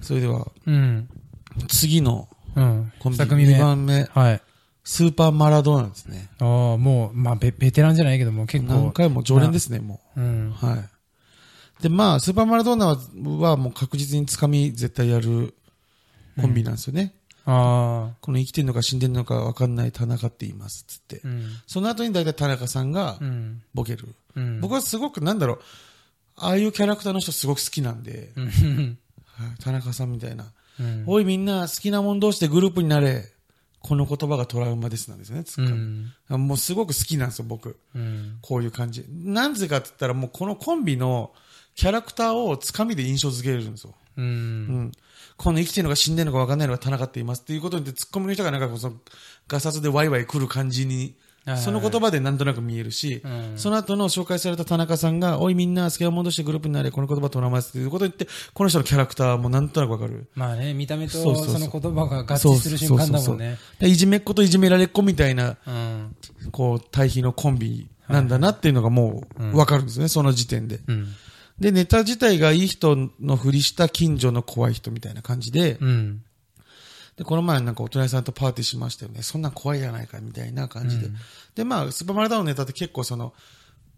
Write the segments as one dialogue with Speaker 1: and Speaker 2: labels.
Speaker 1: それでは、
Speaker 2: うん。
Speaker 1: 次の
Speaker 2: うん。
Speaker 1: コンビ
Speaker 2: 二組
Speaker 1: ニ
Speaker 2: 目
Speaker 1: 2番目、
Speaker 2: はい。
Speaker 1: スーパーマラドーナですね。
Speaker 2: ああ、もう、まあ、ベベテランじゃないけども、結
Speaker 1: 何
Speaker 2: 構。
Speaker 1: 回も常連ですね、も
Speaker 2: うん
Speaker 1: う。。はい。で、まあ、スーパーマラドーナははもう確実につかみ絶対やるコンビなんですよね。
Speaker 2: あ
Speaker 1: この生きてるのか死んでるのかわかんない田中って言います、つって。
Speaker 2: あ。うん。
Speaker 1: その後に大体田中さんが
Speaker 2: うん。
Speaker 1: ボケる。
Speaker 2: うん。
Speaker 1: 僕はすごく、なんだろう、ああいうキャラクターの人すごく好きなんで、
Speaker 2: うん。
Speaker 1: はい田中さんみたいな。
Speaker 2: うん。
Speaker 1: おいみんな好きなもん同士でグループになれ。この言葉がトラウマですなんですよね、つ
Speaker 2: う
Speaker 1: っか
Speaker 2: ん。
Speaker 1: みもうすごく好きなんですよ、僕。
Speaker 2: うん。
Speaker 1: こういう感じ。なんぜかって言ったらもうこのコンビのキャラクターをつかみで印象付けれるんですよ。
Speaker 2: う。
Speaker 1: うんん。この生きてるのか死んでるのか分かんないのが田中って言いますっていうことによってツッコミの人がなんかこうそのガサツでワイワイ来る感じに
Speaker 2: は、い
Speaker 1: その言葉でなんとなく見えるし、
Speaker 2: うん
Speaker 1: その後の紹介された田中さんが、おいみんな、スケア戻してグループになれ、この言葉と名前ですっていうことを言って、この人のキャラクターもなんとなくわかる。
Speaker 2: まあね、見た目
Speaker 1: そう
Speaker 2: と
Speaker 1: そう
Speaker 2: そ
Speaker 1: そう
Speaker 2: の言葉が合致する瞬間だもんね。
Speaker 1: でいじめっ子といじめられっ子みたいな、
Speaker 2: うん。
Speaker 1: こう、対比のコンビなんだなっていうのがもうわかるんですね、その時点で。
Speaker 2: うん。
Speaker 1: で、ネタ自体がいい人のふりした近所の怖い人みたいな感じで、
Speaker 2: うん。
Speaker 1: で、この前なんかお隣さんとパーティーしましたよね。そんなん怖いじゃないかみたいな感じで。で、まあ、スーパーマラダーのネタって結構その、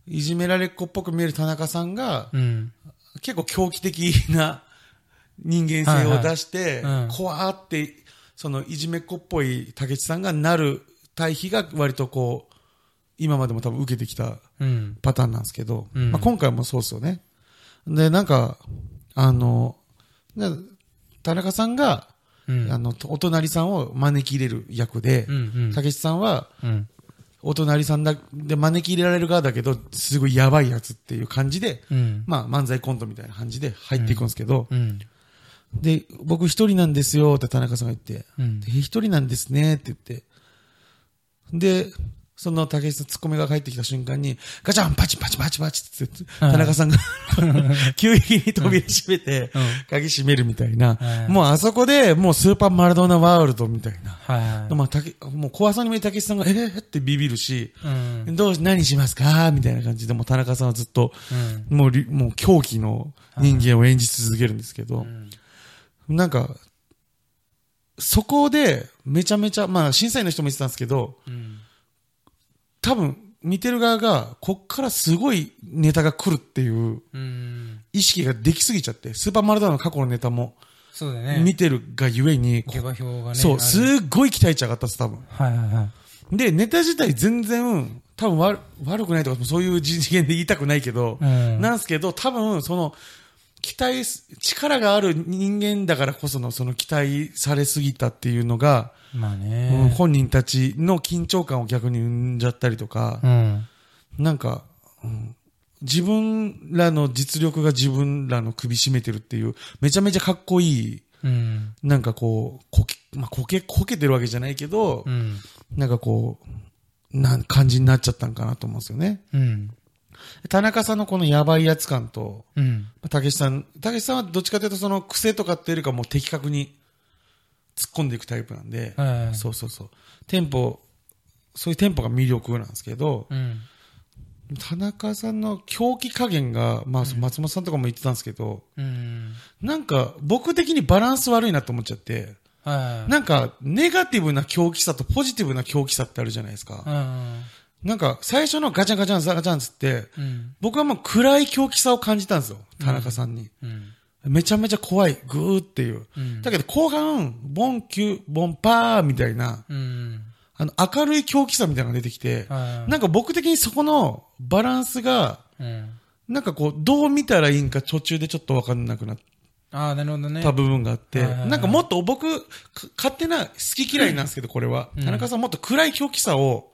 Speaker 1: いじめられっ子っぽく見える田中さんが、
Speaker 2: うん。
Speaker 1: 結構狂気的な人間性を出して
Speaker 2: はいはいうん、
Speaker 1: 怖ーって、そのいじめっ子っぽい竹内さんがなる対比が割とこう、今までも多分受けてきた
Speaker 2: うん。
Speaker 1: パターンなんですけど、
Speaker 2: うん
Speaker 1: まあ、今回もそうですよね。で、なんか、あの、な田中さんが、
Speaker 2: うん。
Speaker 1: あの、お隣さんを招き入れる役で
Speaker 2: う、ん。
Speaker 1: たけしさんは、
Speaker 2: うん。
Speaker 1: お隣さんだ、で、招き入れられる側だけど、すごいやばいやつっていう感じで、
Speaker 2: うん。
Speaker 1: まあ、漫才コントみたいな感じで入っていくんですけど、
Speaker 2: うん。
Speaker 1: で、僕一人なんですよって田中さんが言って、
Speaker 2: うん
Speaker 1: で。一人なんですねって言って、で、その竹内さん、ツッコミが入ってきた瞬間に、ガチャンパチパチパチパチって言って、
Speaker 2: はい
Speaker 1: 田中さんが 急激に扉閉めて
Speaker 2: うんうん、
Speaker 1: 鍵閉めるみたいな
Speaker 2: は、い
Speaker 1: もうあそこでもうスーパーマラドーナワールドみたいな。
Speaker 2: はい。
Speaker 1: まあ、たけ、もう怖さに見えたけしさんが、えー、ってビビるし、
Speaker 2: うん。うん。
Speaker 1: どうし、何しますかみたいな感じで、もう田中さんはずっと、もうり、もう狂気の人間を演じ続けるんですけど、なんか、そこで、めちゃめちゃ、まあ、審査員の人も言ってたんですけど、
Speaker 2: うん。
Speaker 1: 多分、見てる側が、こっからすごいネタが来るっていう
Speaker 2: うん。
Speaker 1: 意識ができすぎちゃって、スーパーマルダーの過去のネタも、
Speaker 2: そうだね。
Speaker 1: 見てるがゆえに、こ
Speaker 2: 下馬評がね。
Speaker 1: そ
Speaker 2: あ
Speaker 1: う、
Speaker 2: る
Speaker 1: すっごい期待値上がったっす、多分。
Speaker 2: はいはいはい。
Speaker 1: で、ネタ自体全然、多分悪悪くないとか、そういう次元で言いたくないけど、
Speaker 2: うん
Speaker 1: なんすけど、多分、その、期待す、力がある人間だからこその、その期待されすぎたっていうのが、
Speaker 2: まあ
Speaker 1: うん
Speaker 2: ね。
Speaker 1: 本人たちの緊張感を逆に生んじゃったりとか
Speaker 2: う、ん。
Speaker 1: なんか、うん自分らの実力が自分らの首絞めてるっていう、めちゃめちゃかっこいい、
Speaker 2: うん。
Speaker 1: なんかこう、こけ、まあ、こけ、こけてるわけじゃないけど、
Speaker 2: うん。
Speaker 1: なんかこう、なん、感じになっちゃったんかなと思うんですよね。
Speaker 2: うん。
Speaker 1: 田中さんのこのやばいやつ感と、
Speaker 2: うん。
Speaker 1: たけしさん、たけしさんはどっちかというとその癖とかっていうよりかもう的確に突っ込んでいくタイプなんで、
Speaker 2: はい。
Speaker 1: そうそうそう。テンポ、そういうテンポが魅力なんですけど、
Speaker 2: うん。
Speaker 1: 田中さんの狂気加減が、まあ、松本さんとかも言ってたんですけど、
Speaker 2: うん。
Speaker 1: なんか僕的にバランス悪いなと思っちゃって、
Speaker 2: はい。
Speaker 1: なんかネガティブな狂気さとポジティブな狂気さってあるじゃないですか。
Speaker 2: うん。
Speaker 1: なんか、最初のガチャンガチャンガチャンつって、
Speaker 2: うん。
Speaker 1: 僕はもう暗い狂気さを感じたんですよ。田中さんに。
Speaker 2: うん。
Speaker 1: めちゃめちゃ怖い。グーっていう。
Speaker 2: うん
Speaker 1: だけど後半、ボンキュ、ボンパーみたいな、
Speaker 2: うん。
Speaker 1: あの、明るい狂気さみたいなのが出てきて、
Speaker 2: はい。
Speaker 1: なんか僕的にそこのバランスが、
Speaker 2: うん。
Speaker 1: なんかこう、どう見たらいいんか途中でちょっとわかんなくなっ
Speaker 2: ああ、なるほどね。
Speaker 1: た部分があって、
Speaker 2: はいはいはい
Speaker 1: なんかもっと僕、か勝手な好き嫌いなんですけど、これは。田中さんもっと暗い狂気さを、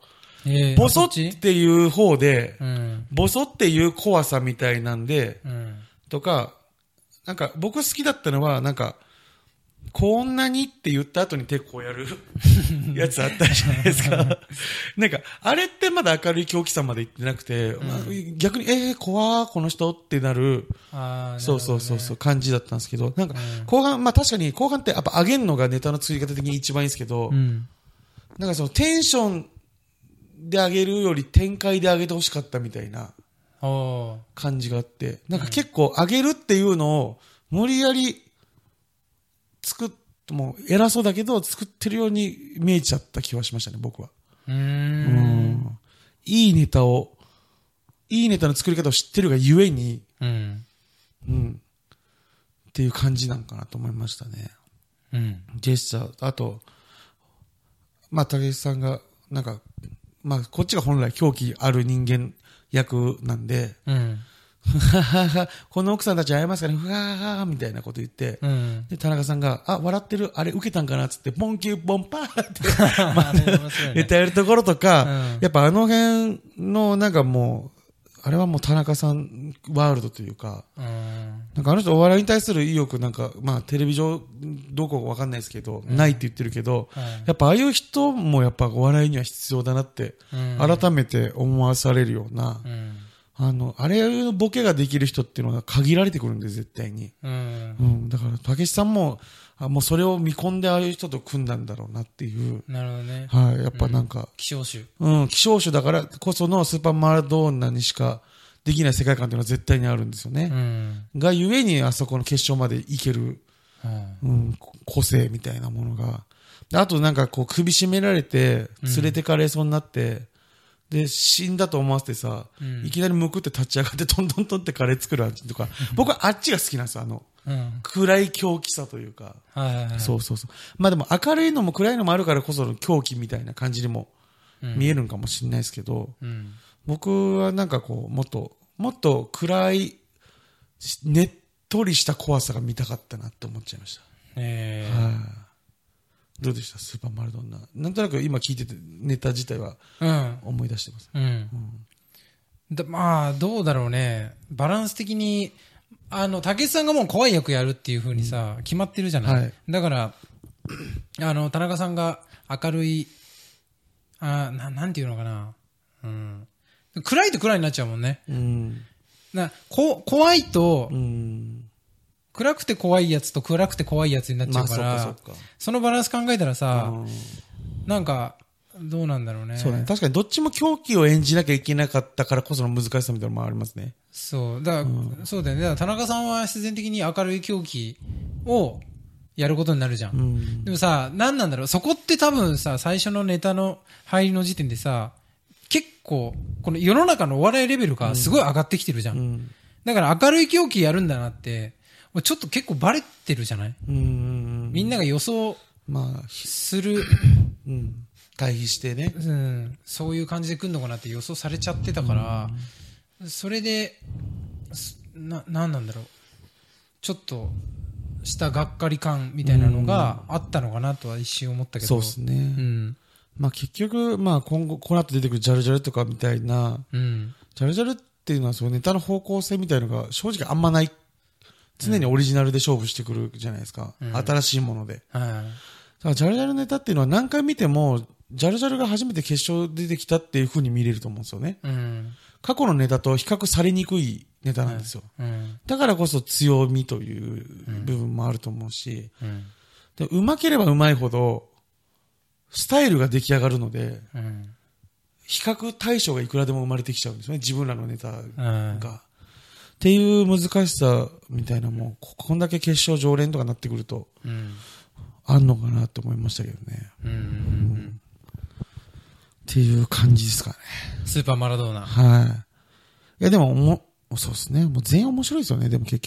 Speaker 2: ええ
Speaker 1: ボソっていう方で、
Speaker 2: うん。
Speaker 1: ボソっていう怖さみたいなんで、
Speaker 2: うん。
Speaker 1: とか、なんか僕好きだったのは、なんか、こんなにって言った後に手こうや るやつあったじゃないですか。 なんか、あれってまだ明るい狂気さまで行ってなくて、まあ逆に、えー、怖ーこの人ってなる、
Speaker 2: ああ、。
Speaker 1: そうそうそうそうう、感じだったんですけど、なんか
Speaker 2: うん、
Speaker 1: 後半、まあ確かに後半ってやっぱ上げるのがネタの作り方的に一番いいんですけど、
Speaker 2: うん。
Speaker 1: なんかそのテンションで上げるより展開で上げてほしかったみたいな。
Speaker 2: おお
Speaker 1: 感じがあって、なんか結構上げるっていうのを無理やり作っもう偉そうだけど、作ってるように見えちゃった気はしましたね、僕は。
Speaker 2: うー。
Speaker 1: うんん。いいネタを、いいネタの作り方を知ってるがゆえに、
Speaker 2: うん。
Speaker 1: うん。っていう感じなんかなと思いましたね。
Speaker 2: うん。
Speaker 1: ジェスチャー、あと、まあ、武井さんが、なんか、まあ、こっちが本来狂気ある人間役なんで、
Speaker 2: うん。
Speaker 1: ふははは、 この奥さんたち会えますかねふははは、みたいなこと言って、
Speaker 2: うん。
Speaker 1: で、田中さんが、あ、笑ってる、あれ受けたんかなっつって、ポンキューポンパーって
Speaker 2: あれ面白い
Speaker 1: ネ
Speaker 2: ね。
Speaker 1: タやるところとか、
Speaker 2: うん
Speaker 1: やっぱあの辺のなんかもう、あれはもう田中さんワールドというか、
Speaker 2: うん。
Speaker 1: なんかあの人お笑いに対する意欲なんか、まあテレビ上どうこうわかんないですけど、ないって言ってるけど、
Speaker 2: はい
Speaker 1: やっぱああいう人もやっぱお笑いには必要だなって、
Speaker 2: うん
Speaker 1: 改めて思わされるような、
Speaker 2: うん。
Speaker 1: あの、あれのボケができる人っていうのは限られてくるんで、絶対に。
Speaker 2: うん
Speaker 1: う。ん、だから、たけしさんも、あもうそれを見込んでああいう人と組んだんだろうなっていう、
Speaker 2: なるほどね。
Speaker 1: はい、やっぱなんか、
Speaker 2: 希少種。
Speaker 1: うん、希少種だからこそのスーパーマラドーナにしかできない世界観というのは絶対にあるんですよ
Speaker 2: う
Speaker 1: ね。
Speaker 2: ん。
Speaker 1: がゆえにあそこの決勝までいける、
Speaker 2: うん
Speaker 1: うん、こ個性みたいなものが。であとなんかこう首絞められて連れてかれそうになって、で、死んだと思わせてさ、
Speaker 2: うん
Speaker 1: いきなりむくって立ち上がってトントントンってカレー作るあっちとか、僕はあっちが好きなんですよ、あの、
Speaker 2: うん。
Speaker 1: 暗い狂気さというか。
Speaker 2: はいはいはい。
Speaker 1: そうそうそう。まあでも明るいのも暗いのもあるからこその狂気みたいな感じにも
Speaker 2: うん
Speaker 1: 見えるんかもしれないですけど、
Speaker 2: うん。
Speaker 1: 僕はなんかこう、もっと、もっと暗い、しねっとりした怖さが見たかったなって思っちゃいました。
Speaker 2: え
Speaker 1: はい、どうでしたスーパーマラドンナ。なんとなく今聞いてて、ネタ自体は
Speaker 2: え。うん。
Speaker 1: 思い出してます。
Speaker 2: うん。だまあ、どうだろうね。バランス的に、あの、竹内さんがもう怖い役やるっていう風にさ、決まってるじゃない、
Speaker 1: はい
Speaker 2: だから、 あの、田中さんが明るい、あななんていうのかな。うん。暗いと暗いになっちゃうもんね。
Speaker 1: うん。
Speaker 2: なこ怖いと、
Speaker 1: うん。
Speaker 2: 暗くて怖いやつと暗くて怖いやつになっち
Speaker 1: ま
Speaker 2: ゃう
Speaker 1: あ、
Speaker 2: か
Speaker 1: そ
Speaker 2: ら、
Speaker 1: っかそっか。
Speaker 2: そのバランス考えたらさ、
Speaker 1: うん
Speaker 2: なんか、どうなんだろうね。
Speaker 1: そうだね。確かにどっちも狂気を演じなきゃいけなかったからこその難しさみたいなのもありますね。
Speaker 2: そう。だから、そうだよね。だから田中さんは必然的に明るい狂気をやることになるじゃん。
Speaker 1: うん。
Speaker 2: でもさ、何なんだろう。そこって多分さ、最初のネタの入りの時点でさ、結構、この世の中のお笑いレベルがすごい上がってきてるじゃん。
Speaker 1: うん。
Speaker 2: だから明るい狂気やるんだなって、もうちょっと結構バレてるじゃない
Speaker 1: うん。
Speaker 2: みんなが予想
Speaker 1: まあ、ひ
Speaker 2: する、
Speaker 1: うん。対比してね。
Speaker 2: うん、そういう感じで来るのかなって予想されちゃってたから、それで、すな、なんなんだろう。ちょっと、したがっかり感みたいなのがあったのかなとは一瞬思ったけど。
Speaker 1: そうですね。
Speaker 2: うん。
Speaker 1: まあ結局、まあ今後、この後出てくるジャルジャルとかみたいな、
Speaker 2: うん。
Speaker 1: ジャルジャルっていうのはそのネタの方向性みたいのが正直あんまない。常にオリジナルで勝負してくるじゃないですか。
Speaker 2: うん
Speaker 1: 新しいもので。だ
Speaker 2: は
Speaker 1: からジャルジャルネタっていうのは何回見ても、ジャルジャルが初めて決勝出てきたっていう風に見れると思うんですよね。
Speaker 2: い。うん。
Speaker 1: 過去のネタと比較されにくいネタなんですよ。
Speaker 2: うん。
Speaker 1: だからこそ強みという部分もあると思うし、
Speaker 2: うん。
Speaker 1: でうまければうまいほど、スタイルが出来上がるので、
Speaker 2: うん。
Speaker 1: 比較対象がいくらでも生まれてきちゃうんですよね、自分らのネタ
Speaker 2: う
Speaker 1: なん
Speaker 2: ん。
Speaker 1: か。っていう難しさみたいなもん、ここんだけ決勝常連とかなってくると、
Speaker 2: うん。
Speaker 1: あんのかなと思いましたけどね。
Speaker 2: うんうん。
Speaker 1: っていう感じですかね。
Speaker 2: スーパーマラドーナ。
Speaker 1: はい。いや、でも、おも、そうですね。もう全員面白いですよね、でも結